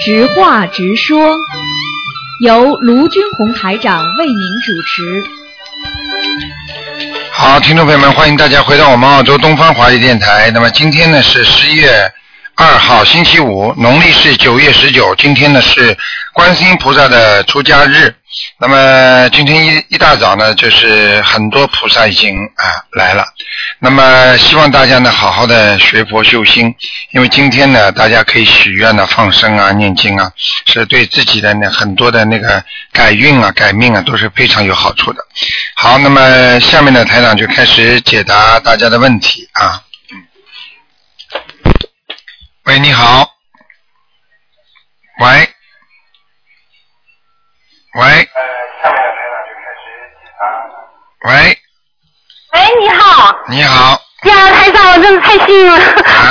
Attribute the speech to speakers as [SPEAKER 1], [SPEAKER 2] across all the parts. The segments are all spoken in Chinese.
[SPEAKER 1] 直话直说，由卢军红台长为您主持。
[SPEAKER 2] 好，听众朋友们，欢迎大家回到我们澳洲东方华语电台。那么今天呢是十一月二号，星期五，农历是九月十九。今天呢是观世音菩萨的出家日。那么今天一一大早呢，就是很多菩萨已经啊来了。那么希望大家呢好好的学佛修心，因为今天呢大家可以许愿呢、放生啊、念经啊，是对自己的呢很多的那个改运啊、改命啊都是非常有好处的。好，那么下面呢台长就开始解答大家的问题啊。喂，你好。喂。喂。喂，
[SPEAKER 3] 喂，哎你好，
[SPEAKER 2] 你好，
[SPEAKER 3] 呀，台长，我真的太幸运了，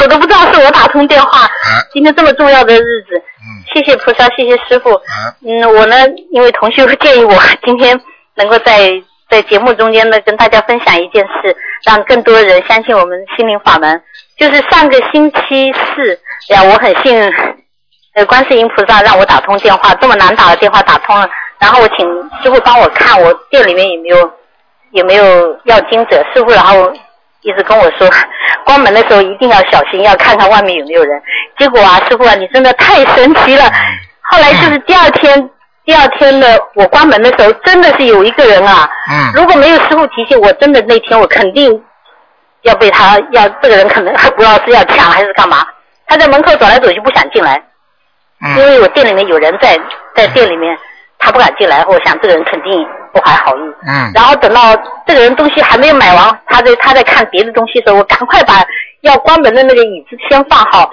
[SPEAKER 3] 我都不知道是我打通电话。
[SPEAKER 2] 啊
[SPEAKER 3] 今天这么重要的日子，
[SPEAKER 2] 嗯
[SPEAKER 3] 谢谢菩萨，谢谢师傅。
[SPEAKER 2] 啊
[SPEAKER 3] 嗯，我呢，因为同学会建议我今天能够在在节目中间呢跟大家分享一件事，让更多人相信我们心灵法门。就是上个星期四呀，我很幸运，呃，观世音菩萨让我打通电话，这么难打的电话打通了。然后我请师傅帮我看我店里面有没有有没有要经者，师傅然后一直跟我说，关门的时候一定要小心，要看看外面有没有人。结果啊，师傅啊，你真的太神奇了。后来就是
[SPEAKER 2] 嗯
[SPEAKER 3] 第二天，第二天呢，我关门的时候真的是有一个人啊。
[SPEAKER 2] 嗯
[SPEAKER 3] 如果没有师傅提醒，我真的那天我肯定要被他要这个人可能 不知道是要抢还是干嘛。他在门口走来走去，不想进来，因
[SPEAKER 2] 嗯
[SPEAKER 3] 为我店里面有人在，在店里面他不敢进来，我想这个人肯定不怀好意。
[SPEAKER 2] 嗯
[SPEAKER 3] 然后等到这个人东西还没有买完，他在他在看别的东西的时候，我赶快把要关门的那个椅子先放好。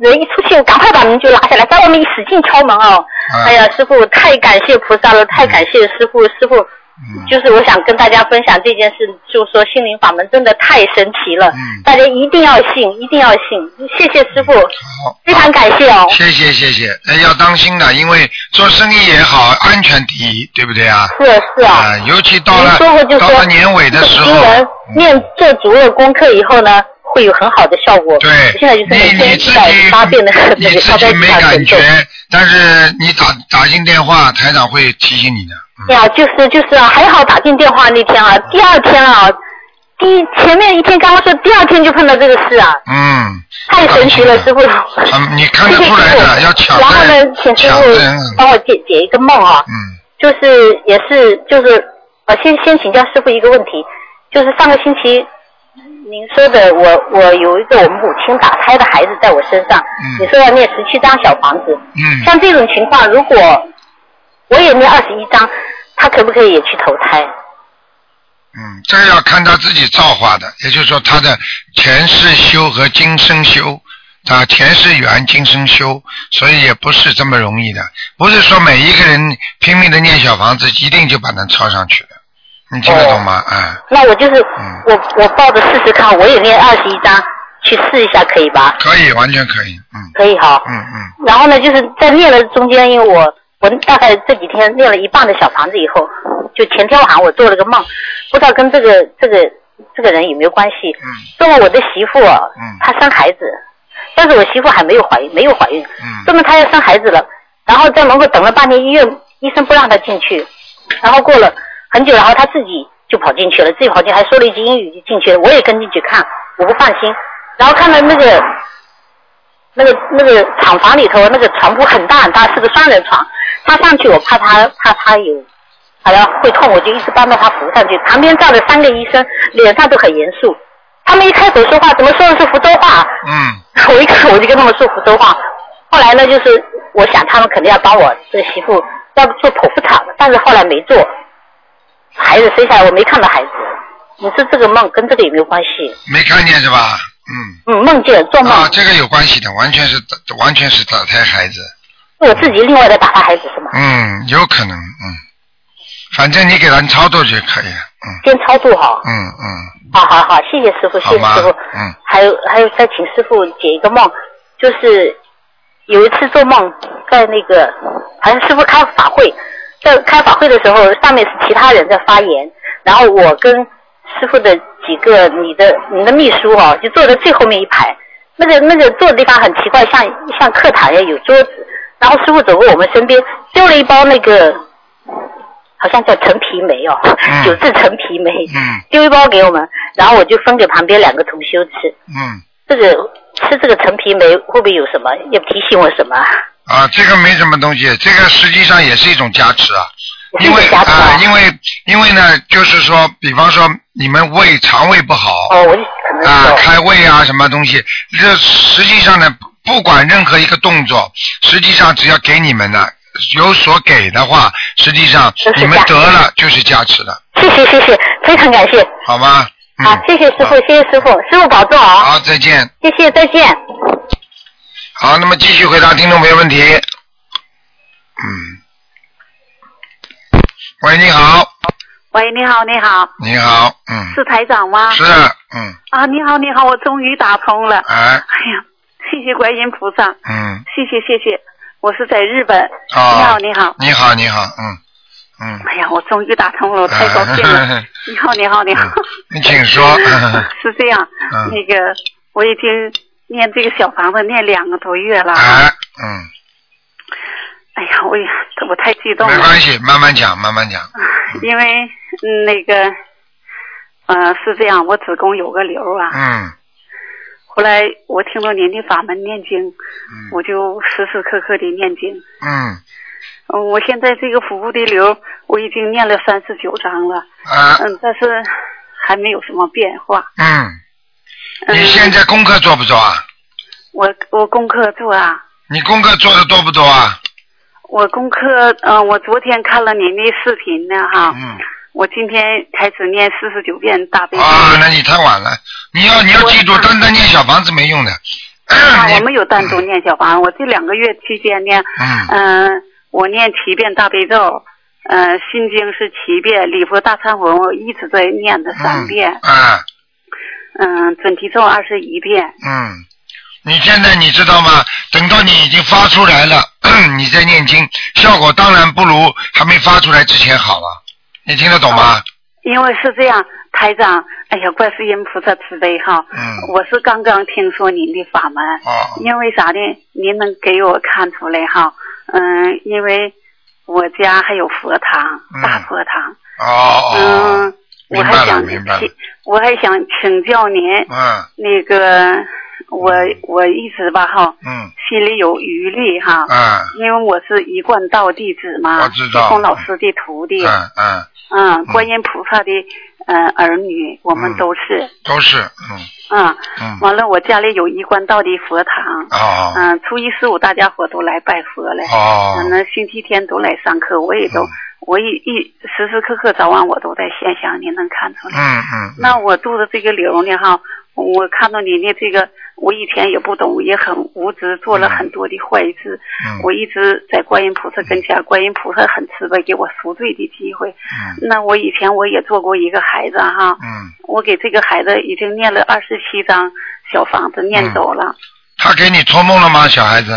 [SPEAKER 3] 人一出去，我赶快把门就拉下来，在外面一使劲敲门哦。
[SPEAKER 2] 嗯
[SPEAKER 3] 哎呀，师傅，太感谢菩萨了，太感谢师傅，师傅。
[SPEAKER 2] 嗯
[SPEAKER 3] 就是我想跟大家分享这件事，就说心灵法门真的太神奇了，
[SPEAKER 2] 嗯
[SPEAKER 3] 大家一定要信，一定要信。谢谢师傅，
[SPEAKER 2] 好，
[SPEAKER 3] 非常感谢哦。
[SPEAKER 2] 谢谢谢谢，哎，要当心的，因为做生意也好，安全第一，对不对啊？
[SPEAKER 3] 是是啊。
[SPEAKER 2] 啊，尤其到了
[SPEAKER 3] 您说过就
[SPEAKER 2] 到
[SPEAKER 3] 说
[SPEAKER 2] 了年尾的时
[SPEAKER 3] 这个经文
[SPEAKER 2] 候，嗯
[SPEAKER 3] 念做足了功课以后呢，会有很好的效果。
[SPEAKER 2] 对
[SPEAKER 3] 我现在就是每
[SPEAKER 2] 你你
[SPEAKER 3] 天
[SPEAKER 2] 自
[SPEAKER 3] 一百
[SPEAKER 2] 己
[SPEAKER 3] 八遍的
[SPEAKER 2] 你
[SPEAKER 3] 那个
[SPEAKER 2] 自
[SPEAKER 3] 消灾
[SPEAKER 2] 己
[SPEAKER 3] 吉
[SPEAKER 2] 没
[SPEAKER 3] 祥
[SPEAKER 2] 感
[SPEAKER 3] 神咒。
[SPEAKER 2] 觉，但是你打打进电话，台长会提醒你的。嗯
[SPEAKER 3] 哎呀，就是就是啊，还好打进电话那天啊，第二天啊，第一前面一天刚刚说，第二天就碰到这个事啊，
[SPEAKER 2] 嗯，
[SPEAKER 3] 太神奇了，
[SPEAKER 2] 当心
[SPEAKER 3] 师傅。
[SPEAKER 2] 嗯，你看
[SPEAKER 3] 谢
[SPEAKER 2] 得
[SPEAKER 3] 谢师
[SPEAKER 2] 出来的，要
[SPEAKER 3] 傅。
[SPEAKER 2] 抢
[SPEAKER 3] 然后呢
[SPEAKER 2] 在，
[SPEAKER 3] 请师
[SPEAKER 2] 抢在嗯很
[SPEAKER 3] 傅帮我解解一个梦啊。
[SPEAKER 2] 嗯
[SPEAKER 3] 就是也是就是呃，先先请教师傅一个问题，就是上个星期您说的，我我有一个我母亲打胎的孩子在我身上，
[SPEAKER 2] 嗯
[SPEAKER 3] 你说要念十七张小房子，
[SPEAKER 2] 嗯。
[SPEAKER 3] 像这种情况，如果我也念二十一张，他可不可以也去投胎？
[SPEAKER 2] 嗯，这个要看他自己造化的，也就是说他的前世修和今生修，啊，前世缘，今生修，所以也不是这么容易的。不是说每一个人拼命的念小房子，一定就把它抄上去的。你听得懂吗？啊、
[SPEAKER 3] 那我就是、
[SPEAKER 2] 嗯
[SPEAKER 3] 我我抱着试试看，我也念二十一张去试一下，可以吧？
[SPEAKER 2] 可以，完全可以。嗯
[SPEAKER 3] 可以哈。
[SPEAKER 2] 嗯嗯
[SPEAKER 3] 然后呢，就是在念了中间，因为我我大概这几天念了一半的小房子以后，就前天晚上我做了个梦，不知道跟这个这个这个人有没有关系。
[SPEAKER 2] 嗯
[SPEAKER 3] 做梦我的媳妇啊
[SPEAKER 2] 嗯，
[SPEAKER 3] 她生孩子，但是我媳妇还没有怀孕，没有怀孕，
[SPEAKER 2] 嗯
[SPEAKER 3] 做梦她要生孩子了，然后在门口等了半天，医院医生不让她进去，然后过了很久，然后她自己就跑进去了，自己跑进去还说了一句英语就进去了，我也跟进去看，我不放心，然后看到那个那个那个厂房里头那个床铺很大很大，是个双人床。他上去我怕他怕他有好像会痛，我就一直帮着他扶上去。旁边站着三个医生，脸上都很严肃。他们一开始说话怎么说的是福州话，
[SPEAKER 2] 嗯
[SPEAKER 3] 我一看我就跟他们说福州话。后来呢，就是我想他们肯定要帮我这个媳妇要做剖腹产，但是后来没做。孩子生下来我没看到孩子，你说这个梦跟这个有没有关系？
[SPEAKER 2] 没看见是吧？嗯。
[SPEAKER 3] 嗯，梦见做梦，
[SPEAKER 2] 啊，这个有关系的，完全是完全是打胎孩子。
[SPEAKER 3] 是我自己另外的打他孩子是吗？
[SPEAKER 2] 嗯，有可能。嗯，反正你给他操作就可以了。嗯
[SPEAKER 3] 先超度好。
[SPEAKER 2] 嗯嗯。
[SPEAKER 3] 好好好，谢谢师傅，谢
[SPEAKER 2] 好
[SPEAKER 3] 谢
[SPEAKER 2] 吗
[SPEAKER 3] 师傅。
[SPEAKER 2] 嗯。
[SPEAKER 3] 还有还有，再请师傅解一个梦，就是有一次做梦，在那个好像师傅开法会，在开法会的时候，上面是其他人在发言，然后我跟师傅的几个你的你的秘书哦，就坐在最后面一排，那个那个坐的地方很奇怪，像像课堂一样有桌子，然后师傅走过我们身边，丢了一包那个，好像叫陈皮梅哦，
[SPEAKER 2] 嗯
[SPEAKER 3] 九制陈皮梅，
[SPEAKER 2] 嗯
[SPEAKER 3] 丢一包给我们，然后我就分给旁边两个同修吃。
[SPEAKER 2] 嗯，
[SPEAKER 3] 这个吃这个陈皮梅会不会有什么？要提醒我什么？
[SPEAKER 2] 啊，这个没什么东西，这个实际上也是一种加持啊。
[SPEAKER 3] 也
[SPEAKER 2] 因
[SPEAKER 3] 是
[SPEAKER 2] 为
[SPEAKER 3] 一个加持
[SPEAKER 2] 啊、因为因为呢，就是说，比方说你们胃肠胃不好，
[SPEAKER 3] 哦，我就可能
[SPEAKER 2] 啊，
[SPEAKER 3] 有。
[SPEAKER 2] 开胃啊，什么东西？这实际上呢，不管任何一个动作，实际上只要给你们的有所给的话，实际上
[SPEAKER 3] 就是
[SPEAKER 2] 你们
[SPEAKER 3] 加持
[SPEAKER 2] 得了就是加持了，
[SPEAKER 3] 谢谢谢谢，非常感谢。
[SPEAKER 2] 好吗？嗯，
[SPEAKER 3] 好，谢谢师傅，谢谢师傅，师傅保重啊！
[SPEAKER 2] 好，再见。
[SPEAKER 3] 谢谢，再见。
[SPEAKER 2] 好，那么继续回答听众朋友问题。嗯，喂，你好，
[SPEAKER 4] 喂，你好，你好，
[SPEAKER 2] 你好，嗯，
[SPEAKER 4] 是台长吗？
[SPEAKER 2] 是，嗯，
[SPEAKER 4] 啊，你好，你好，我终于打通了。
[SPEAKER 2] 哎，
[SPEAKER 4] 哎呀，谢谢观音菩萨，
[SPEAKER 2] 嗯，
[SPEAKER 4] 谢谢谢谢。我是在日本。
[SPEAKER 2] 哦
[SPEAKER 4] 你好，你好。
[SPEAKER 2] 你好，你好，嗯，嗯，
[SPEAKER 4] 哎呀，我终于打通了，我太高 兴了。啊
[SPEAKER 2] 哎
[SPEAKER 4] 你好，你好，你好。
[SPEAKER 2] 你请说，
[SPEAKER 4] 是这样，
[SPEAKER 2] 嗯
[SPEAKER 4] 那个我已经念这个小房子念两个多月了。
[SPEAKER 2] 哎，嗯。
[SPEAKER 4] 哎呀，我也我太激动
[SPEAKER 2] 没
[SPEAKER 4] 了，啊
[SPEAKER 2] 关系，慢慢讲，慢慢讲。
[SPEAKER 4] 因为、嗯那个，呃，是这样，我子宫有个瘤啊。
[SPEAKER 2] 嗯
[SPEAKER 4] 后来我听到您的法门念经，
[SPEAKER 2] 嗯
[SPEAKER 4] 我就时时刻刻的念经。
[SPEAKER 2] 嗯
[SPEAKER 4] 嗯，我现在这个腹部的瘤，我已经念了三十九章了，
[SPEAKER 2] 啊
[SPEAKER 4] 嗯，但是还没有什么变化。
[SPEAKER 2] 嗯，
[SPEAKER 4] 嗯，
[SPEAKER 2] 你现在功课做不做啊？
[SPEAKER 4] 我我功课做啊，
[SPEAKER 2] 你功课做的多不多啊？
[SPEAKER 4] 我功课，嗯、我昨天看了您的视频呢，哈，
[SPEAKER 2] 嗯
[SPEAKER 4] 我今天开始念四十九遍大悲咒。
[SPEAKER 2] 啊，那你太晚了。你要你要
[SPEAKER 4] 我
[SPEAKER 2] 记住，
[SPEAKER 4] 看
[SPEAKER 2] 单单念小房子没用的。
[SPEAKER 4] 啊我
[SPEAKER 2] 你
[SPEAKER 4] 没有单独念小房，我这两个月期间呢，
[SPEAKER 2] 嗯
[SPEAKER 4] 嗯、我念七遍大悲咒，嗯、心经是七遍，礼佛大忏文我一直在念的三遍，
[SPEAKER 2] 啊
[SPEAKER 4] 嗯、准提咒二十一遍，
[SPEAKER 2] 嗯，你现在你知道吗？等到你已经发出来了， 你再念经，效果当然不如还没发出来之前好了。你听得懂吗？
[SPEAKER 4] 因为是这样，台长，哎呀，观世音菩萨慈悲哈，
[SPEAKER 2] 嗯
[SPEAKER 4] 我是刚刚听说您的法门，
[SPEAKER 2] 哦，
[SPEAKER 4] 因为啥呢？您能给我看出来哈，嗯、因为我家还有佛堂，
[SPEAKER 2] 嗯
[SPEAKER 4] 大佛堂，
[SPEAKER 2] 哦哦，
[SPEAKER 4] 嗯，我还
[SPEAKER 2] 明白了
[SPEAKER 4] 想
[SPEAKER 2] 明白了
[SPEAKER 4] 请，我还想请教您，
[SPEAKER 2] 嗯
[SPEAKER 4] 那个我我一直吧哈，
[SPEAKER 2] 嗯
[SPEAKER 4] 心里有余力哈，
[SPEAKER 2] 嗯
[SPEAKER 4] 因为我是一贯道弟子嘛，
[SPEAKER 2] 我知道
[SPEAKER 4] 是孔老师的徒弟，
[SPEAKER 2] 嗯嗯，
[SPEAKER 4] 嗯，观音菩萨的嗯儿女，我们
[SPEAKER 2] 嗯
[SPEAKER 4] 都是，
[SPEAKER 2] 都是嗯。
[SPEAKER 4] 嗯，
[SPEAKER 2] 嗯，
[SPEAKER 4] 完了我家里有一贯道的佛堂，
[SPEAKER 2] 哦
[SPEAKER 4] 嗯，初一十五大家伙都来拜佛来，
[SPEAKER 2] 哦
[SPEAKER 4] 嗯，那星期天都来上课，我也都
[SPEAKER 2] 嗯，
[SPEAKER 4] 我一一时时刻刻早晚我都在现象，您能看出来。
[SPEAKER 2] 嗯嗯，
[SPEAKER 4] 那我肚子这个瘤呢哈，我看到你的这个，我以前也不懂，也很无知，做了很多的坏事。
[SPEAKER 2] 嗯
[SPEAKER 4] 我一直在观音菩萨跟前，观音菩萨很慈悲，给我赎罪的机会。
[SPEAKER 2] 嗯
[SPEAKER 4] 那我以前我也做过一个孩子哈，
[SPEAKER 2] 嗯，
[SPEAKER 4] 我给这个孩子已经念了二十七张小房子，
[SPEAKER 2] 嗯
[SPEAKER 4] 念走了。
[SPEAKER 2] 他给你托梦了吗，小孩子？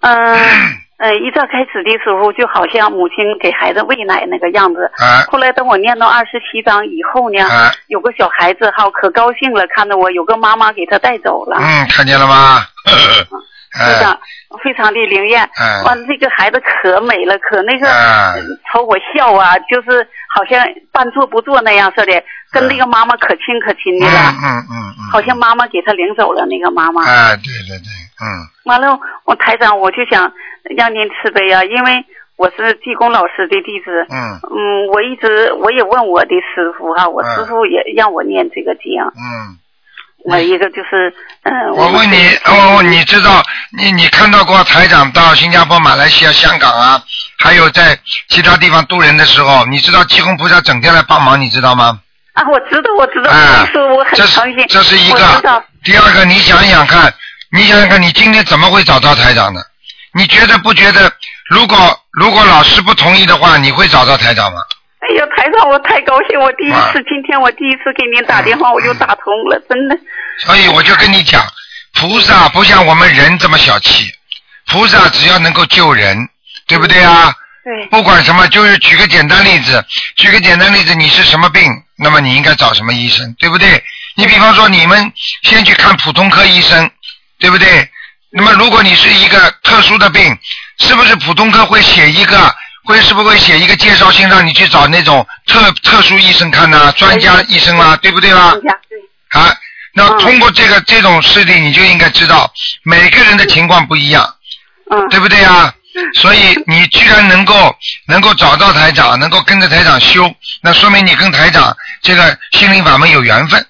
[SPEAKER 4] 嗯。 呃，一早开始的时候，就好像母亲给孩子喂奶那个样子。
[SPEAKER 2] 啊
[SPEAKER 4] 后来等我念到二十七章以后呢，
[SPEAKER 2] 啊，
[SPEAKER 4] 有个小孩子哈，可高兴了，看到我有个妈妈给他带走了，
[SPEAKER 2] 嗯，看见了吗？
[SPEAKER 4] 嗯是
[SPEAKER 2] 哎
[SPEAKER 4] 的，非常的灵验。
[SPEAKER 2] 哎
[SPEAKER 4] 完、这个孩子可美了，可那个、
[SPEAKER 2] 哎
[SPEAKER 4] 瞅我笑啊，就是好像半做不做那样似的，跟那个妈妈可亲可亲的
[SPEAKER 2] 嗯
[SPEAKER 4] 了，
[SPEAKER 2] 嗯嗯嗯，
[SPEAKER 4] 好像啊妈妈给他领走了那个妈妈。
[SPEAKER 2] 哎，对对对，嗯
[SPEAKER 4] 完了，我台长我就想让您慈悲啊，因为我是济公老师的弟子。
[SPEAKER 2] 嗯
[SPEAKER 4] 嗯，我一直我也问我的师傅哈、我
[SPEAKER 2] 哎
[SPEAKER 4] 师傅也让我念这个经，
[SPEAKER 2] 嗯，
[SPEAKER 4] 我一个就是，嗯、
[SPEAKER 2] 我问你，哦我问你知道你你看到过台长到新加坡、马来西亚、香港啊，还有在其他地方渡人的时候，你知道济公菩萨整天来帮忙，你知道吗？
[SPEAKER 4] 啊，我知道，我知道，
[SPEAKER 2] 哎
[SPEAKER 4] 师傅，我很
[SPEAKER 2] 这是
[SPEAKER 4] 诚心，
[SPEAKER 2] 这是一
[SPEAKER 4] 我知
[SPEAKER 2] 个
[SPEAKER 4] 道，。
[SPEAKER 2] 第二个，你想一想看，你想想看，你今天怎么会找到台长的？你觉得不觉得？如果如果老师不同意的话，你会找到台长吗？
[SPEAKER 4] 哎呀，台长，我太高兴，我第一
[SPEAKER 2] 啊
[SPEAKER 4] 次，今天我第一次给您打电话，我就打通了，真
[SPEAKER 2] 嗯
[SPEAKER 4] 的。
[SPEAKER 2] 所以我就跟你讲，菩萨不像我们人这么小气，菩萨只要能够救人，对不对啊？
[SPEAKER 4] 对，
[SPEAKER 2] 不管什么，就是举个简单例子，举个简单例子，你是什么病，那么你应该找什么医生，对不对？你比方说，你们先去看普通科医生，对不对？那么如果你是一个特殊的病，是不是普通科会写一个，会是不是会写一个介绍信让你去找那种特特殊医生看呐、专家医生啦、对不对啦？啊，那通过这个这种事例，你就应该知道每个人的情况不一样，
[SPEAKER 4] 嗯，
[SPEAKER 2] 对不对啊？所以你居然能够能够找到台长，能够跟着台长修，那说明你跟台长这个心灵法门有缘分。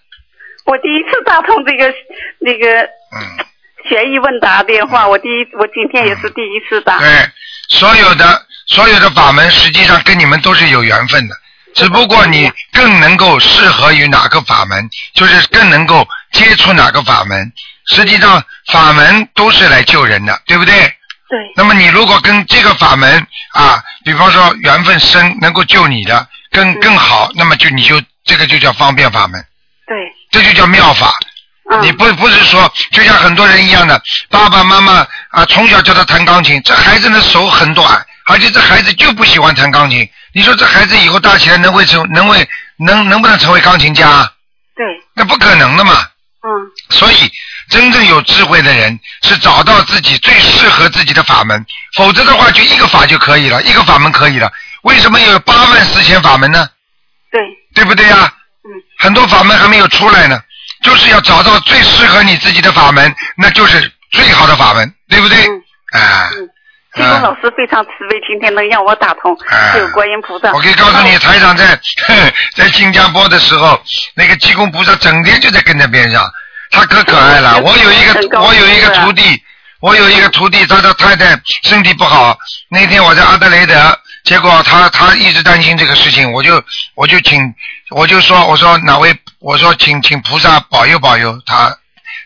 [SPEAKER 4] 我第一次打通这个那个
[SPEAKER 2] 嗯
[SPEAKER 4] 悬疑问答电话，我第一我今天也是第一次打。
[SPEAKER 2] 对，所有的所有的法门实际上跟你们都是有缘分的，只不过你更能够适合于哪个法门，就是更能够接触哪个法门。实际上法门都是来救人的，对不对？
[SPEAKER 4] 对。
[SPEAKER 2] 那么你如果跟这个法门啊，比方说缘分深，能够救你的更更好，那么就你就这个就叫方便法门。
[SPEAKER 4] 对。
[SPEAKER 2] 这就叫妙法。
[SPEAKER 4] 啊
[SPEAKER 2] 你
[SPEAKER 4] 嗯
[SPEAKER 2] 不不是说，就像很多人一样的，爸爸妈妈啊，从小教他弹钢琴，这孩子的手很短，而且这孩子就不喜欢弹钢琴。你说这孩子以后大起来能会成，能会能能不能成为钢琴家？
[SPEAKER 4] 对，
[SPEAKER 2] 那不可能的嘛。
[SPEAKER 4] 嗯，
[SPEAKER 2] 所以，真正有智慧的人是找到自己最适合自己的法门，否则的话就一个法就可以了，一个法门可以了。为什么有八万四千法门呢？
[SPEAKER 4] 对，
[SPEAKER 2] 对不对呀、
[SPEAKER 4] 嗯，
[SPEAKER 2] 很多法门还没有出来呢，就是要找到最适合你自己的法门，那就是最好的法门，对不对？
[SPEAKER 4] 嗯
[SPEAKER 2] 啊，
[SPEAKER 4] 济公老师非常慈悲，今天能让我打通，
[SPEAKER 2] 啊
[SPEAKER 4] 是有观音菩萨。
[SPEAKER 2] 我可以告诉你，
[SPEAKER 4] 哦
[SPEAKER 2] 台长在 在新加坡的时候，那个济公菩萨整天就在跟在边上，他可可爱了。我有一
[SPEAKER 4] 哦很
[SPEAKER 2] 个
[SPEAKER 4] 高兴
[SPEAKER 2] 我有一个
[SPEAKER 4] 对啊
[SPEAKER 2] 徒弟，我有一个徒弟，他的太太身体不好，那天我在阿德雷德，结果他他一直担心这个事情，我就我就请我就说我说哪位我说请请菩萨保佑保佑他。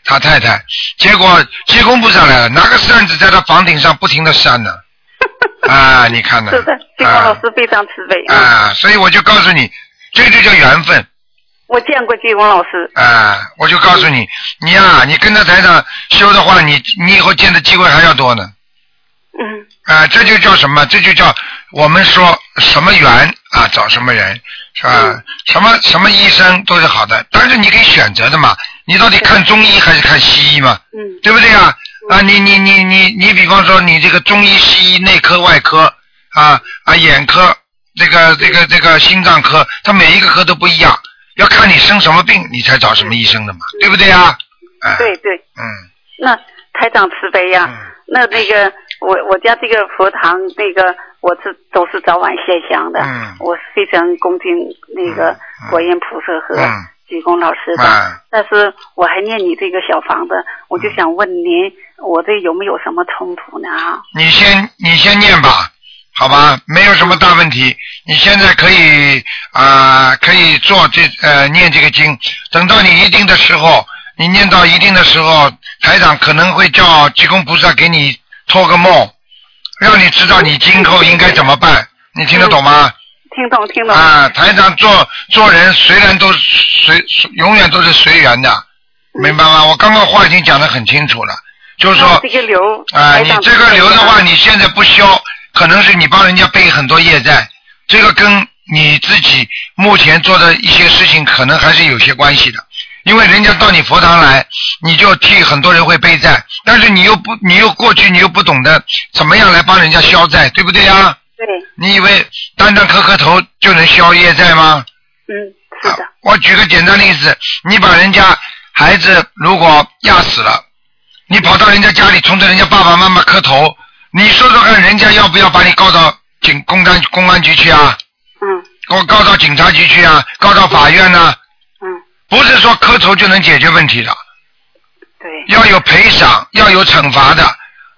[SPEAKER 2] 他太太，结果济公菩萨来了，拿个扇子在他房顶上不停的扇呢， 啊，你看呢？
[SPEAKER 4] 嗯是的，济公
[SPEAKER 2] 啊
[SPEAKER 4] 老师非常慈悲。嗯，
[SPEAKER 2] 啊，所以我就告诉你，这就叫缘分
[SPEAKER 4] 我见过济公老师。
[SPEAKER 2] 啊！我就告诉你，你呀、你跟着台长修的话，你你以后见的机会还要多呢
[SPEAKER 4] 嗯，
[SPEAKER 2] 啊！这就叫什么？这就叫我们说什么缘啊，找什么人是吧？
[SPEAKER 4] 嗯
[SPEAKER 2] 什么什么医生都是好的，但是你可以选择的嘛，你到底看中医还是看西医嘛？
[SPEAKER 4] 嗯，
[SPEAKER 2] 对不对啊？啊，你你你你你，比方说你这个中医、西医、内科、外科啊啊，眼科这个这个这个心脏科，它每一个科都不一样，要看你生什么病，你才找什么医生的嘛，对不对啊？哎，
[SPEAKER 4] 对对，
[SPEAKER 2] 嗯
[SPEAKER 4] 那台长慈悲呀、
[SPEAKER 2] 嗯
[SPEAKER 4] 那那个我我家这个佛堂那个我是都是早晚献香的，
[SPEAKER 2] 嗯
[SPEAKER 4] 我非常恭敬那个观音菩萨和
[SPEAKER 2] 嗯
[SPEAKER 4] 济公老师的。
[SPEAKER 2] 嗯，
[SPEAKER 4] 但是我还念你这个小房子，我就想问您，我这有没有什么冲突呢？啊，
[SPEAKER 2] 你先你先念吧，好吧，没有什么大问题。你现在可以啊、可以做这呃念这个经，等到你一定的时候，你念到一定的时候，台长可能会叫济公菩萨给你托个梦，让你知道你今后应该怎么办。你听得懂吗？
[SPEAKER 4] 听懂听懂。
[SPEAKER 2] 啊，台长做做人虽然都随永远都是随缘的，明白吗？我刚刚话已经讲得很清楚了，就是说。
[SPEAKER 4] 那这个瘤，
[SPEAKER 2] 啊，
[SPEAKER 4] 台
[SPEAKER 2] 你
[SPEAKER 4] 长
[SPEAKER 2] 这个
[SPEAKER 4] 慈悲
[SPEAKER 2] 瘤的
[SPEAKER 4] 呀
[SPEAKER 2] 话，你现在不消，可能是你帮人家背很多业债，这个跟你自己目前做的一些事情可能还是有些关系的。因为人家到你佛堂来，你就替很多人会背债，但是你又不，你又过去你又不懂得怎么样来帮人家消债，对不对呀？
[SPEAKER 4] 对，
[SPEAKER 2] 你以为单单磕磕头就能消业债吗？
[SPEAKER 4] 嗯，是的，
[SPEAKER 2] 我举个简单例子，你把人家孩子如果压死了，你跑到人家家里冲着人家爸爸妈妈磕头，你说说看，人家要不要把你告到警公安公安局去啊？
[SPEAKER 4] 嗯
[SPEAKER 2] 告告到警察局去啊？告到法院呢、
[SPEAKER 4] 嗯，
[SPEAKER 2] 不是说磕头就能解决问题的，
[SPEAKER 4] 对，
[SPEAKER 2] 要有赔偿，要有惩罚的。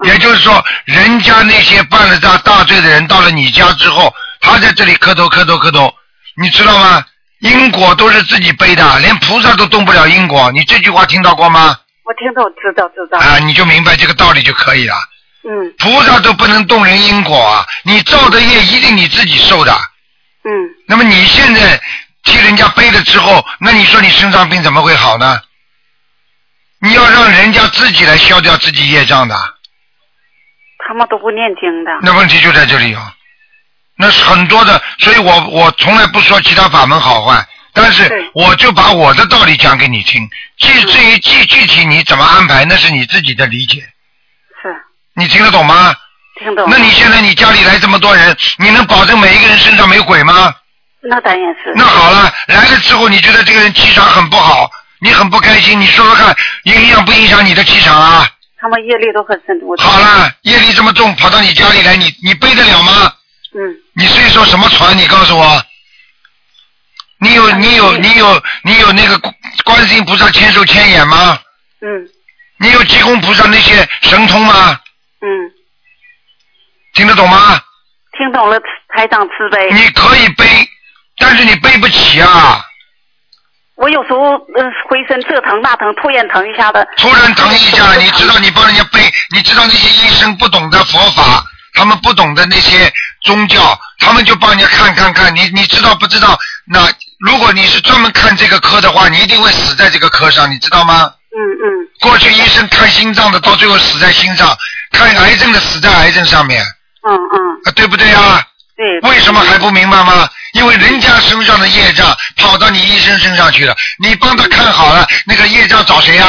[SPEAKER 2] 也就是说，人家那些犯了大大罪的人，到了你家之后，他在这里磕头磕头磕头，你知道吗？因果都是自己背的，连菩萨都动不了因果。你这句话听到过吗？
[SPEAKER 4] 我听懂，知道知道，
[SPEAKER 2] 啊，你就明白这个道理就可以了。
[SPEAKER 4] 嗯
[SPEAKER 2] 菩萨都不能动人因果啊，你造的业一定你自己受的。
[SPEAKER 4] 嗯，
[SPEAKER 2] 那么你现在替人家背了之后，那你说你身上病怎么会好呢？你要让人家自己来消掉自己业障的。
[SPEAKER 4] 他们都不念经的，
[SPEAKER 2] 那问题就在这里啊、那是很多的，所以我我从来不说其他法门好坏，但是
[SPEAKER 4] 对嗯
[SPEAKER 2] 我就把我的道理讲给你听。至至于具具体你怎么安排，那是你自己的理解，你听得懂吗？
[SPEAKER 4] 听懂。
[SPEAKER 2] 那你现在你家里来这么多人，你能保证每一个人身上没鬼吗？
[SPEAKER 4] 那当然是。
[SPEAKER 2] 那好了，来了之后你觉得这个人气场很不好，你很不开心，你说说看，影响不影响你的气场啊？
[SPEAKER 4] 他们业力都很深，我。
[SPEAKER 2] 好了，业力这么重，跑到你家里来，你你背得了吗？
[SPEAKER 4] 嗯。
[SPEAKER 2] 你是一艘什么船？你告诉我。你有你有你有你有那个观世音菩萨千手千眼吗？
[SPEAKER 4] 嗯。
[SPEAKER 2] 你有济公菩萨那些神通吗？
[SPEAKER 4] 嗯。
[SPEAKER 2] 听得懂吗？
[SPEAKER 4] 听懂了，台长慈悲。
[SPEAKER 2] 你可以背，但是你背不起啊。
[SPEAKER 4] 我有时候嗯、呃，浑身这疼那疼，突然疼一下的。
[SPEAKER 2] 突然疼一下，你知道你帮人家背，你知道那些医生不懂得佛法，他们不懂得那些宗教，他们就帮人家看看看，你你知道不知道？那如果你是专门看这个科的话，你一定会死在这个科上，你知道吗？
[SPEAKER 4] 嗯嗯。
[SPEAKER 2] 过去医生看心脏的，到最后死在心脏；看癌症的，死在癌症上面。
[SPEAKER 4] 嗯嗯。
[SPEAKER 2] 啊，对不对啊？
[SPEAKER 4] 对。
[SPEAKER 2] 为什么还不明白吗？因为人家身上的业障跑到你医生身上去了，你帮他看好了，那个业障找谁呀、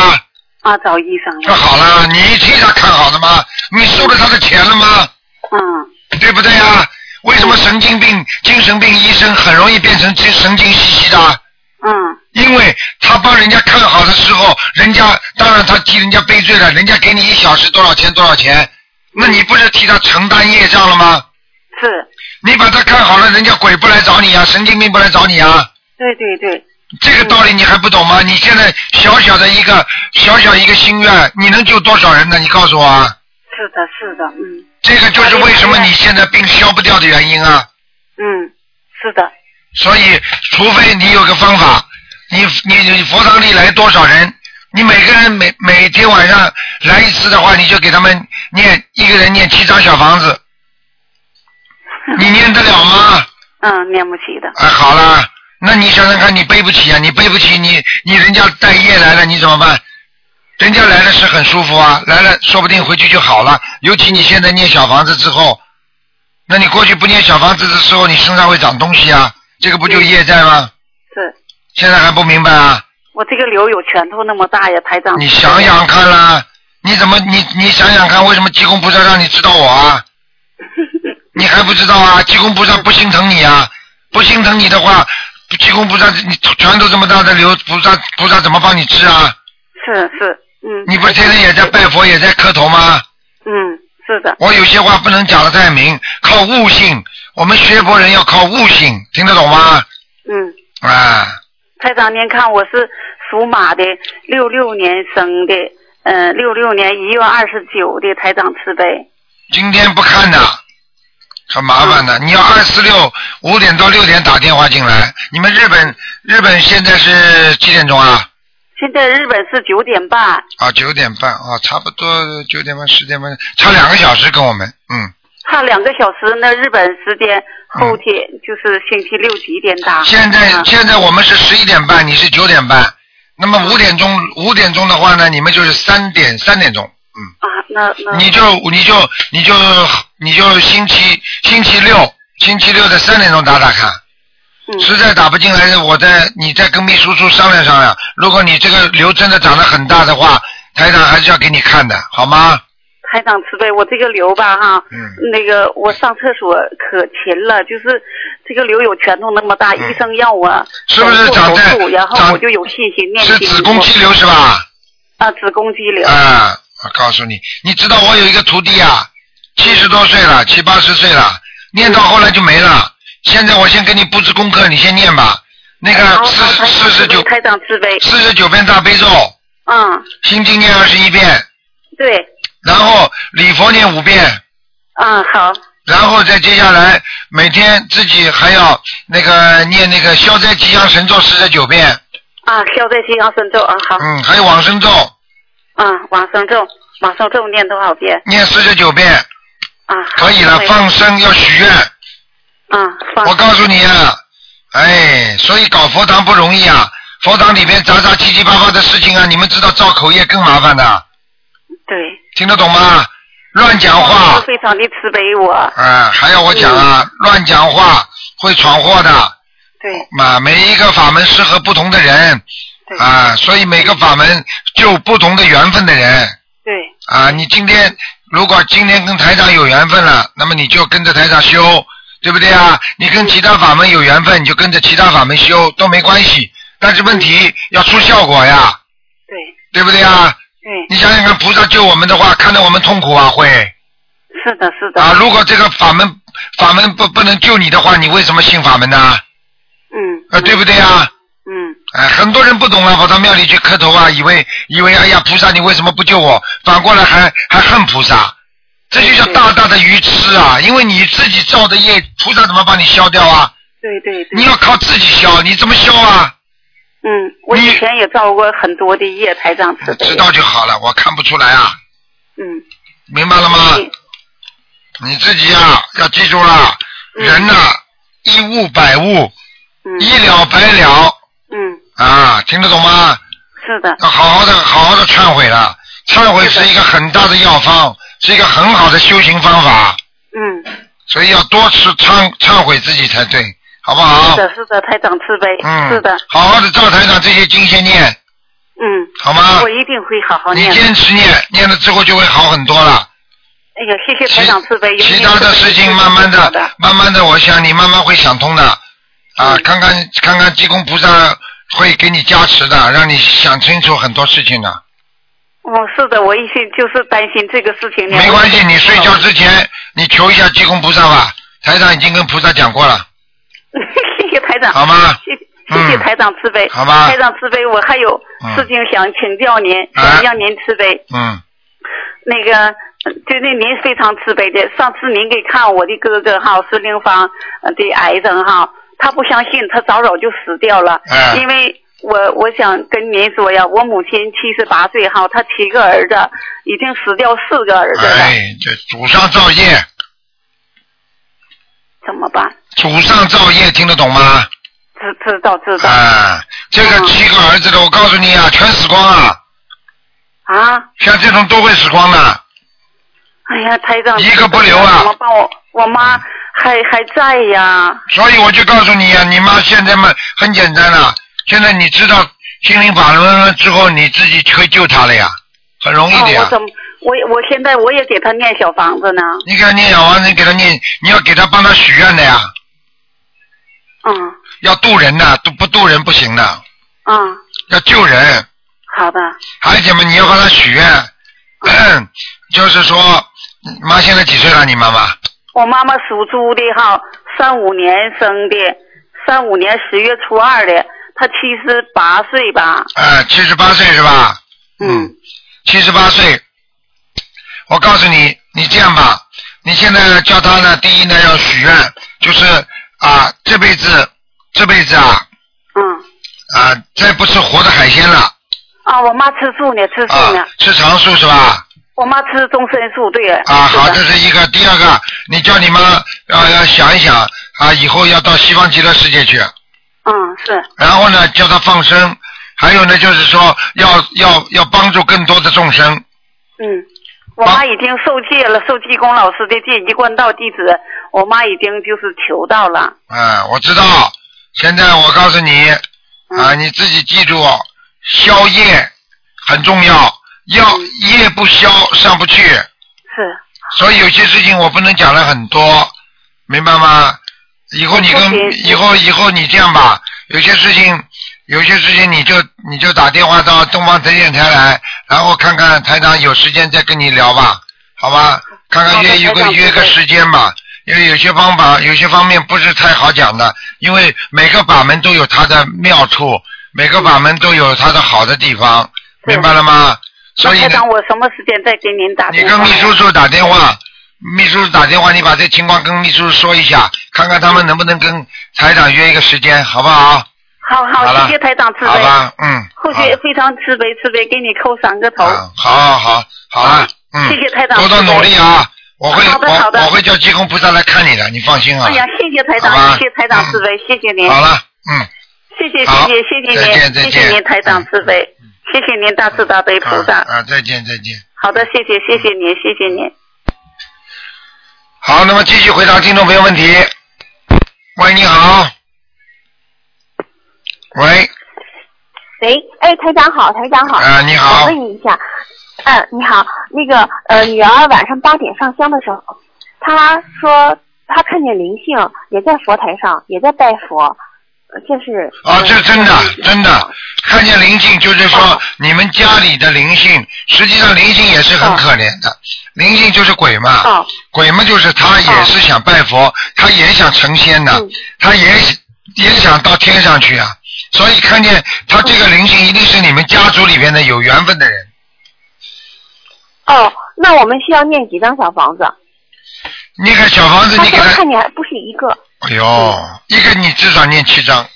[SPEAKER 2] 啊？
[SPEAKER 4] 啊，找医生。
[SPEAKER 2] 那好了，你替他看好了吗？你收了他的钱了吗？
[SPEAKER 4] 嗯。
[SPEAKER 2] 对不对呀、啊？为什么神经病、精神病医生很容易变成神神经兮兮的？
[SPEAKER 4] 嗯。
[SPEAKER 2] 因为他帮人家看好的时候，人家当然他替人家背罪了，人家给你一小时多少钱多少钱，那你不是替他承担业障了吗？
[SPEAKER 4] 是。
[SPEAKER 2] 你把他看好了，人家鬼不来找你啊，神经病不来找你
[SPEAKER 4] 啊。对对对。
[SPEAKER 2] 这个道理你还不懂吗？你现在小小的一个小小一个心愿，你能救多少人呢？你告诉我啊。
[SPEAKER 4] 是的，是的，嗯。
[SPEAKER 2] 这个就是为什么你现在病消不掉的原因
[SPEAKER 4] 啊。嗯，是的。
[SPEAKER 2] 所以，除非你有个方法，你你你佛堂里来多少人，你每个人每每天晚上来一次的话，你就给他们念一个人念七张小房子。你念得了吗？
[SPEAKER 4] 嗯，念不起的。
[SPEAKER 2] 哎，好了，那你想想看，你背不起啊，你背不起，你你人家带业来了，你怎么办？人家来了是很舒服啊，来了说不定回去就好了。尤其你现在念小房子之后，那你过去不念小房子的时候，你身上会长东西啊，这个不就业债吗？
[SPEAKER 4] 是。
[SPEAKER 2] 现在还不明白啊？
[SPEAKER 4] 我这个瘤有拳头那么大呀，台长。
[SPEAKER 2] 你想想看啦，你怎么你你想想看，为什么济公菩萨让你知道我啊？你还不知道啊？济公菩萨不心疼你啊？不心疼你的话，济公菩萨你拳头这么大的瘤，菩萨菩萨怎么帮你治
[SPEAKER 4] 啊？是是，嗯。
[SPEAKER 2] 你不天天也在拜佛，也在磕头吗？
[SPEAKER 4] 嗯，是的。
[SPEAKER 2] 我有些话不能讲的太明，靠悟性。我们学佛人要靠悟性，听得懂
[SPEAKER 4] 吗？嗯。
[SPEAKER 2] 啊。
[SPEAKER 4] 台长，您看我是属马的，六六年生的，嗯、呃，六六年一月二十九的，台长慈悲。
[SPEAKER 2] 今天不看的。很麻烦的，你要二四六五点到六点打电话进来。你们日本日本现在是几点钟啊？
[SPEAKER 4] 现在日本是九点半。
[SPEAKER 2] 啊，九点半啊，差不多九点半十点半，差两个小时跟我们，嗯。
[SPEAKER 4] 差两个小时，那日本时间后天、嗯、就是星期六几点打？啊
[SPEAKER 2] 现在、嗯、现在我们是十一点半，你是九点半，那么五点钟五点钟的话呢，你们就是三点三点钟。嗯
[SPEAKER 4] 啊，那那
[SPEAKER 2] 你就你就你就你就星期星期六星期六的三点钟打打看，
[SPEAKER 4] 嗯、
[SPEAKER 2] 实在打不进来，我再你再跟秘书处商量商量。如果你这个瘤真的长得很大的话，台长还是要给你看的，好吗？
[SPEAKER 4] 台长慈悲，我这个瘤吧哈，
[SPEAKER 2] 嗯、
[SPEAKER 4] 那个我上厕所可勤了，就是这个瘤有拳头那么大，嗯、医生让我
[SPEAKER 2] 是不是长在
[SPEAKER 4] 然后我就有信心念
[SPEAKER 2] 是子宫肌瘤是吧？
[SPEAKER 4] 啊，子宫肌瘤
[SPEAKER 2] 啊。我告诉你，你知道我有一个徒弟啊，七十多岁了，七八十岁了，念到后来就没了。现在我先给你布置功课，你先念吧。那个四四十九，
[SPEAKER 4] 开长慈悲，
[SPEAKER 2] 四十九遍大悲咒，
[SPEAKER 4] 嗯，
[SPEAKER 2] 心经念二十一遍，
[SPEAKER 4] 对，
[SPEAKER 2] 然后礼佛念五遍，
[SPEAKER 4] 嗯，好，
[SPEAKER 2] 然后再接下来每天自己还要那个念那个消灾吉祥神咒四十九遍，
[SPEAKER 4] 啊，消灾吉祥神咒啊，好，
[SPEAKER 2] 嗯，还有往生咒。
[SPEAKER 4] 啊，
[SPEAKER 2] 嗯
[SPEAKER 4] 往生咒，往生咒念多少遍？
[SPEAKER 2] 念四十九遍。
[SPEAKER 4] 啊，
[SPEAKER 2] 可以了，放生要许愿。
[SPEAKER 4] 啊，放
[SPEAKER 2] 我告诉你啊，哎，所以搞佛堂不容易啊，佛堂里面杂杂七七八八的事情啊，你们知道造口业更麻烦的。
[SPEAKER 4] 对。
[SPEAKER 2] 听得懂吗？乱讲话。
[SPEAKER 4] 非常的慈悲我。
[SPEAKER 2] 啊，还要我讲啊，嗯、乱讲话会闯祸的。
[SPEAKER 4] 对。
[SPEAKER 2] 嘛，每一个法门适合不同的人。啊啊，所以每个法门就不同的缘分的人。
[SPEAKER 4] 对。
[SPEAKER 2] 啊，你今天如果今天跟台长有缘分了，那么你就跟着台长修，对不对啊？你跟其他法门有缘分，你就跟着其他法门修都没关系。但是问题要出效果呀，
[SPEAKER 4] 对
[SPEAKER 2] 对不对啊？
[SPEAKER 4] 对，
[SPEAKER 2] 你想想看，菩萨救我们的话，看到我们痛苦啊，会
[SPEAKER 4] 是的，是的。
[SPEAKER 2] 啊。如果这个法门法门不不能救你的话，你为什么信法门呢？
[SPEAKER 4] 嗯
[SPEAKER 2] 啊，对不对啊？
[SPEAKER 4] 嗯，
[SPEAKER 2] 哎，很多人不懂啊，跑到庙里去磕头啊，以为以为哎呀，菩萨你为什么不救我？反过来还还恨菩萨，这就叫大大的愚痴啊！因为你自己造的业，菩萨怎么帮你消掉啊？
[SPEAKER 4] 对对对。
[SPEAKER 2] 你要靠自己消，你怎么消啊？
[SPEAKER 4] 嗯，我以前也造过很多的业，台长慈悲。
[SPEAKER 2] 知道就好了，我看不出来啊，
[SPEAKER 4] 嗯，
[SPEAKER 2] 明白了吗？你自己啊，要记住了，人呐、一物百物，一了百了
[SPEAKER 4] 嗯，
[SPEAKER 2] 啊，听得懂吗？
[SPEAKER 4] 是的，
[SPEAKER 2] 要好好的，好好的忏悔了。忏悔是一个很大的药方，是一个很好的修行方法，
[SPEAKER 4] 嗯，
[SPEAKER 2] 所以要多吃忏忏悔自己才对，好不好
[SPEAKER 4] 是？的，是的，台长慈悲，
[SPEAKER 2] 啊嗯，
[SPEAKER 4] 是的，
[SPEAKER 2] 好好的照台长这些经先念，
[SPEAKER 4] 嗯，
[SPEAKER 2] 好吗
[SPEAKER 4] 我一定会好好
[SPEAKER 2] 啊你
[SPEAKER 4] 念的。
[SPEAKER 2] 坚持念，念了之后就会好很多了。
[SPEAKER 4] 哎呀，谢谢台长慈悲。
[SPEAKER 2] 其他的事情慢慢
[SPEAKER 4] 的，
[SPEAKER 2] 的，慢慢的，我想你慢慢会想通的，
[SPEAKER 4] 嗯
[SPEAKER 2] 啊，看看看看济公菩萨会给你加持的，让你想清楚很多事情的。
[SPEAKER 4] 哦，是的，我一心就是担心这个嗯事情。
[SPEAKER 2] 没关系，你睡觉之前你求一下济公菩萨吧，台长已经跟菩萨讲过了，
[SPEAKER 4] 谢谢台长。
[SPEAKER 2] 好吗
[SPEAKER 4] 谢谢谢谢
[SPEAKER 2] 嗯
[SPEAKER 4] 台长慈悲。
[SPEAKER 2] 好嗯吧
[SPEAKER 4] 啊台长慈悲，我还有事情想请教您，
[SPEAKER 2] 哎
[SPEAKER 4] 想让您慈悲。
[SPEAKER 2] 嗯，
[SPEAKER 4] 那个，对对，您非常慈悲的。上次您给看我的哥哥哈，孙凌芳呃的癌症哈，他不相信，他早早就死掉了。
[SPEAKER 2] 哎
[SPEAKER 5] 嗯
[SPEAKER 4] 因为我我想跟您说呀，我母亲七十八岁哈，她七个儿子已经死掉四个儿子了，
[SPEAKER 2] 哎，这祖上造业，
[SPEAKER 4] 怎么办？
[SPEAKER 2] 祖上造业，听得懂吗？
[SPEAKER 4] 知知道知道
[SPEAKER 2] 啊，这个七个儿子的，我告诉你啊，全死光啊，
[SPEAKER 4] 啊！
[SPEAKER 2] 像这种都会死光的，
[SPEAKER 4] 哎呀，台长，
[SPEAKER 2] 一个不留啊
[SPEAKER 4] 怎么办？我我妈还还在呀。
[SPEAKER 2] 所以我就告诉你呀、你妈现在嘛很简单了、现在你知道心灵法轮之后，你自己会救她了呀，很容易的
[SPEAKER 4] 哦，
[SPEAKER 2] 呀
[SPEAKER 4] 我。怎么我我现在我也给她念小房子呢？
[SPEAKER 2] 你给她念小王，你给她念，你要给她帮她许愿的呀，
[SPEAKER 4] 嗯
[SPEAKER 2] 要渡人呐、渡不渡人不行的，
[SPEAKER 4] 嗯，
[SPEAKER 2] 要救人。
[SPEAKER 4] 好的，
[SPEAKER 2] 而且嘛，你要帮她许愿， 就是说，你妈现在几岁了？你妈妈
[SPEAKER 4] 我妈妈属猪的哈，三五年生的，三五年十月初二的，她七十八岁吧。
[SPEAKER 2] 啊，七十八岁是吧？嗯，七十八岁。我告诉你，你这样吧，你现在叫她呢，第一呢要许愿，就是啊，这辈子，这辈子啊，嗯，啊，再不吃活的海鲜了，
[SPEAKER 4] 啊，我妈吃素呢，吃素呢。
[SPEAKER 2] 吃长素是吧？
[SPEAKER 4] 我妈吃终身素，对。
[SPEAKER 2] 啊，好，这是一个。第二个，你叫你妈要要想一想啊，以后要到西方极乐世界去。
[SPEAKER 4] 嗯，是。
[SPEAKER 2] 然后呢，叫他放生，还有呢，就是说要要要帮助更多的众生。
[SPEAKER 4] 嗯，我妈已经受戒了，受济公老师的戒一贯道弟子，我妈已经就是求到了。
[SPEAKER 2] 啊，我知道。现在我告诉你，啊，你自己记住，消业很重要，要业不消上不去。
[SPEAKER 4] 是。
[SPEAKER 2] 所以有些事情我不能讲了很多，明白吗？以后你跟
[SPEAKER 6] 不行
[SPEAKER 2] 以后以后你这样吧，有些事情有些事情你就你就打电话到东方台电台来，然后看看台长有时间再跟你聊吧，好吧？看看约一
[SPEAKER 6] 好的台
[SPEAKER 2] 个
[SPEAKER 6] 长
[SPEAKER 2] 约
[SPEAKER 6] 不
[SPEAKER 2] 个
[SPEAKER 6] 会
[SPEAKER 2] 时间吧，因为有些方法有些方面不是太好讲的，因为每个法门都有它的妙处，每个法门都有它的好的地方，明白了吗？
[SPEAKER 4] 那
[SPEAKER 2] 所以
[SPEAKER 4] 台
[SPEAKER 2] 呢
[SPEAKER 4] 长，，我什么时间再给您打
[SPEAKER 2] 你
[SPEAKER 4] 电
[SPEAKER 2] 跟
[SPEAKER 4] 话？
[SPEAKER 2] 秘书处打电话，秘书处打电话，你把这情况跟秘书处说一下，看看他们能不能跟台长约一个时间，好不好？
[SPEAKER 4] 好
[SPEAKER 2] 好
[SPEAKER 4] 好，
[SPEAKER 2] 了
[SPEAKER 4] 谢谢台长慈悲。
[SPEAKER 2] 好吧，嗯，
[SPEAKER 4] 后续非常慈悲慈悲，给你扣三个头。
[SPEAKER 2] 好好好，好了，嗯，
[SPEAKER 4] 谢谢台长
[SPEAKER 2] 多多
[SPEAKER 4] 慈悲
[SPEAKER 2] 努力啊！我会
[SPEAKER 4] 好的好的
[SPEAKER 2] 我我会叫济公菩萨来看你的，你放心啊
[SPEAKER 4] 哎。呀，谢谢台长
[SPEAKER 2] 好，吧
[SPEAKER 4] 谢谢台长慈悲，谢谢您。
[SPEAKER 2] 好了，嗯，
[SPEAKER 4] 谢谢谢
[SPEAKER 2] 好
[SPEAKER 4] 谢谢
[SPEAKER 2] 再
[SPEAKER 4] 谢
[SPEAKER 2] 见再
[SPEAKER 4] 您，谢
[SPEAKER 2] 见嗯
[SPEAKER 4] 谢您台长慈悲，谢谢您大慈大悲菩萨。
[SPEAKER 2] 啊，再见再见。
[SPEAKER 4] 好的，谢谢谢谢您，谢谢您。
[SPEAKER 2] 好，那么继续回答听众朋友问题。喂，你好。喂，
[SPEAKER 7] 喂，哎，台长好，台长好。
[SPEAKER 2] 啊你好
[SPEAKER 7] 我问你一下，
[SPEAKER 3] 嗯，你好，那个呃，女儿晚上八点上香的时候，她说她看见灵性也在佛台上，也在拜佛，呃这是嗯
[SPEAKER 2] 啊，这真的真的，看见灵性就是
[SPEAKER 3] 哦
[SPEAKER 2] 说你们家里的灵性，实际上灵性也是很可怜的，灵性就是鬼嘛
[SPEAKER 3] 哦，
[SPEAKER 2] 鬼嘛就是他也是想拜佛，他也想成仙呐，
[SPEAKER 3] 嗯
[SPEAKER 2] 他也也想到天上去啊，所以看见他这个灵性一定是你们家族里边的有缘分的人。
[SPEAKER 3] 哦，那我们需要念几张小房子？
[SPEAKER 2] 那个小房子
[SPEAKER 3] 她
[SPEAKER 2] 你给
[SPEAKER 3] 说
[SPEAKER 2] 他，
[SPEAKER 3] 看见还不是一个，
[SPEAKER 2] 哎呦，一个你至少念七张，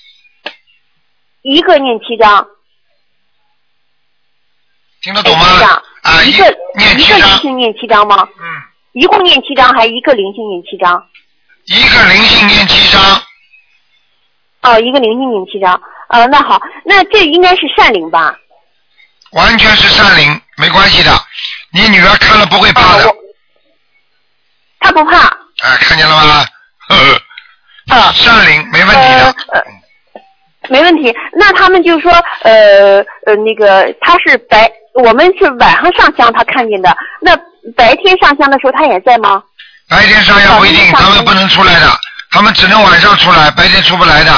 [SPEAKER 3] 一个念七张，
[SPEAKER 2] 听得懂吗
[SPEAKER 3] 哎是的？
[SPEAKER 2] 啊，
[SPEAKER 3] 一
[SPEAKER 2] 一
[SPEAKER 3] 个
[SPEAKER 2] 念
[SPEAKER 3] 一
[SPEAKER 2] 七
[SPEAKER 3] 个灵
[SPEAKER 2] 张，
[SPEAKER 3] 性念七张吗？
[SPEAKER 2] 嗯，
[SPEAKER 3] 一共念七张，还一个灵性念七张？
[SPEAKER 2] 一个灵性念七张，
[SPEAKER 3] 哦，一个灵性念七张。呃，那好，那这应该是善灵吧？
[SPEAKER 2] 完全是善灵，没关系的。你女儿看了不会怕
[SPEAKER 3] 啊，
[SPEAKER 2] 的
[SPEAKER 3] 我，他不怕。
[SPEAKER 2] 哎，看见了吗？呵呵， 善灵没问题
[SPEAKER 3] 啊呃
[SPEAKER 2] 的，
[SPEAKER 3] 呃，没问题。那他们就说，呃呃，那个他是白，我们是晚上上香，他看见的。那白天上香的时候，他也在吗？
[SPEAKER 2] 白天上香不一定，
[SPEAKER 3] 晚上上
[SPEAKER 2] 他们不能出来的，他们只能晚上出来，白天出不来的，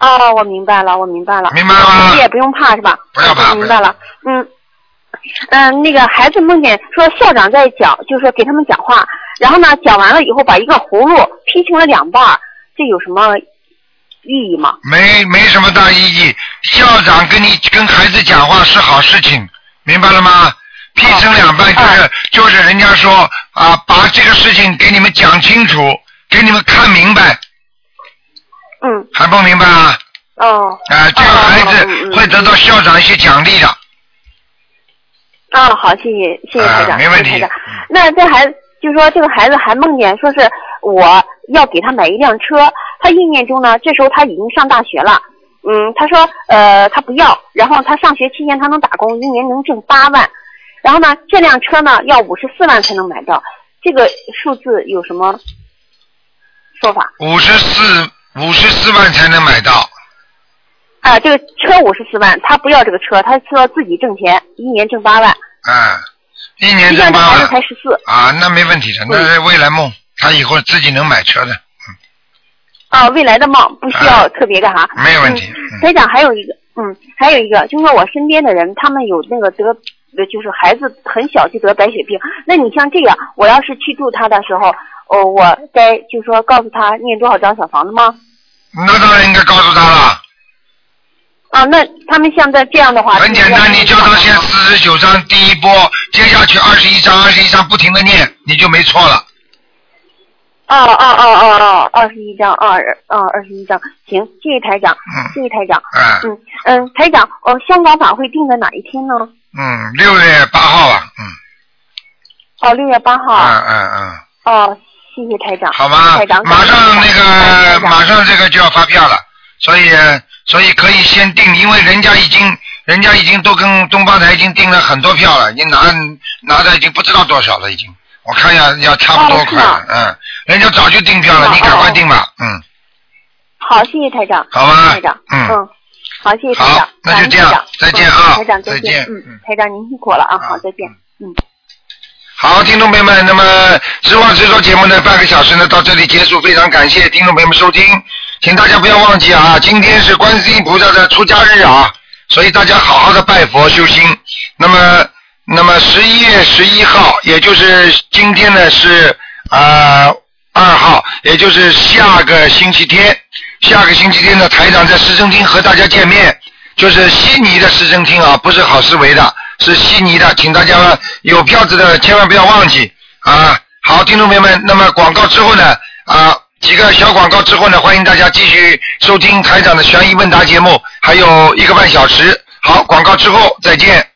[SPEAKER 3] 哦，我明白了，我明白了。
[SPEAKER 2] 明白了吗
[SPEAKER 3] 这也不用怕是吧？
[SPEAKER 2] 不要怕
[SPEAKER 3] 我明白了。嗯嗯、那个孩子梦见说校长在讲，就是说给他们讲话，然后呢讲完了以后，把一个葫芦劈成了两半儿，这有什么意义吗？
[SPEAKER 2] 没没什么大意义。校长跟你跟孩子讲话是好事情，明白了吗？劈成两半就是、
[SPEAKER 3] 啊
[SPEAKER 2] 就是人家说啊，把这个事情给你们讲清楚，给你们看明白，
[SPEAKER 3] 嗯
[SPEAKER 2] 还不明白啊？
[SPEAKER 3] 哦
[SPEAKER 2] 啊，这个孩
[SPEAKER 3] 嗯
[SPEAKER 2] 子会得到校长一些奖励的，
[SPEAKER 3] 啊，好，谢谢谢谢台
[SPEAKER 2] 啊，
[SPEAKER 3] 长，
[SPEAKER 2] 没问
[SPEAKER 3] 谢谢
[SPEAKER 2] 题
[SPEAKER 3] 台长。。那这孩子就说这个孩子还梦见说是我要给他买一辆车，他意念中呢，这时候他已经上大学了，嗯，他说呃他不要，然后他上学期间他能打工，一年能挣八万，然后呢这辆车呢要五十四万才能买到，这个数字有什么说法？
[SPEAKER 2] 五十四五十四万才能买到，
[SPEAKER 3] 啊、这个车五十四万，他不要这个车，他说自己挣钱，一年挣八万，
[SPEAKER 2] 啊，一
[SPEAKER 3] 实
[SPEAKER 2] 年
[SPEAKER 3] 际
[SPEAKER 2] 挣
[SPEAKER 3] 上这
[SPEAKER 2] 八
[SPEAKER 3] 孩子
[SPEAKER 2] 万
[SPEAKER 3] 才十四，
[SPEAKER 2] 啊，那没问题的，那是未来梦，他以后自己能买车的，
[SPEAKER 3] 啊，未来的梦不需
[SPEAKER 2] 哎
[SPEAKER 3] 要特别干啥。
[SPEAKER 2] 没有问题。嗯
[SPEAKER 3] 台长还有一个，嗯，还有一个就是我身边的人，他们有那个得，呃就是孩子很小就得白血病。那你像这样，我要是去住他的时候，哦，我该就是说告诉他念多少张小房子吗？
[SPEAKER 2] 那当然应该告诉他了。
[SPEAKER 3] 啊，那他们像在这样的话，
[SPEAKER 2] 很简单，你叫
[SPEAKER 3] 就是
[SPEAKER 2] 他
[SPEAKER 3] 说哦
[SPEAKER 2] 先四十九章第一波，接下去二十一章、二十一章不停的念，你就没错了。
[SPEAKER 3] 哦哦哦哦哦，二十一张，二哦二十一张，行，谢谢台长，
[SPEAKER 2] 嗯
[SPEAKER 3] 谢谢台长，
[SPEAKER 2] 哎
[SPEAKER 3] 嗯嗯，台长，哦，香港法会定在哪一天呢？
[SPEAKER 2] 嗯，六月八号吧，嗯
[SPEAKER 3] 哦，六月八号。
[SPEAKER 2] 嗯嗯嗯，
[SPEAKER 3] 哦，谢谢台长。
[SPEAKER 2] 好吗
[SPEAKER 3] 台长，？
[SPEAKER 2] 马上那个
[SPEAKER 3] 感
[SPEAKER 2] 马
[SPEAKER 3] 谢台长
[SPEAKER 2] 上这个就要发票了，所以所以可以先定，因为人家已经人家已经都跟东方台已经订了很多票了，已经拿拿的已经不知道多少了，已经我看要要差不多
[SPEAKER 3] 哦是
[SPEAKER 2] 快
[SPEAKER 3] 吗
[SPEAKER 2] 了，嗯，人家早就订票
[SPEAKER 3] 是
[SPEAKER 2] 了，
[SPEAKER 3] 吗
[SPEAKER 2] 你赶快
[SPEAKER 3] 哦
[SPEAKER 2] 订吧，嗯，
[SPEAKER 3] 好，谢谢台长。
[SPEAKER 2] 好
[SPEAKER 3] 谢谢
[SPEAKER 2] 吧
[SPEAKER 3] 台长，，
[SPEAKER 2] 嗯，
[SPEAKER 3] 嗯，好，谢谢台
[SPEAKER 2] 好
[SPEAKER 3] 长，，
[SPEAKER 2] 那就这样
[SPEAKER 3] 感恩，
[SPEAKER 2] 再见啊
[SPEAKER 3] 台长嗯台长，
[SPEAKER 2] 再见
[SPEAKER 3] 见，
[SPEAKER 2] 嗯
[SPEAKER 3] 嗯，台长您辛苦了啊，
[SPEAKER 2] 啊
[SPEAKER 3] 好，再见。
[SPEAKER 2] 好，听众朋友们，那么直话直说节目呢，半个小时呢到这里结束，非常感谢听众朋友们收听，请大家不要忘记啊，今天是观世音菩萨的出家日啊，所以大家好好的拜佛修心。那么，那么十一月十一号，也就是今天呢是啊二、号，也就是下个星期天，下个星期天呢，台长在市政厅和大家见面。就是悉尼的市政厅啊，不是好思维的，是悉尼的，请大家呢有票子的千万不要忘记啊！好，听众朋友们，那么广告之后呢，啊，几个小广告之后呢，欢迎大家继续收听台长的悬疑问答节目，还有一个半小时。好，广告之后再见。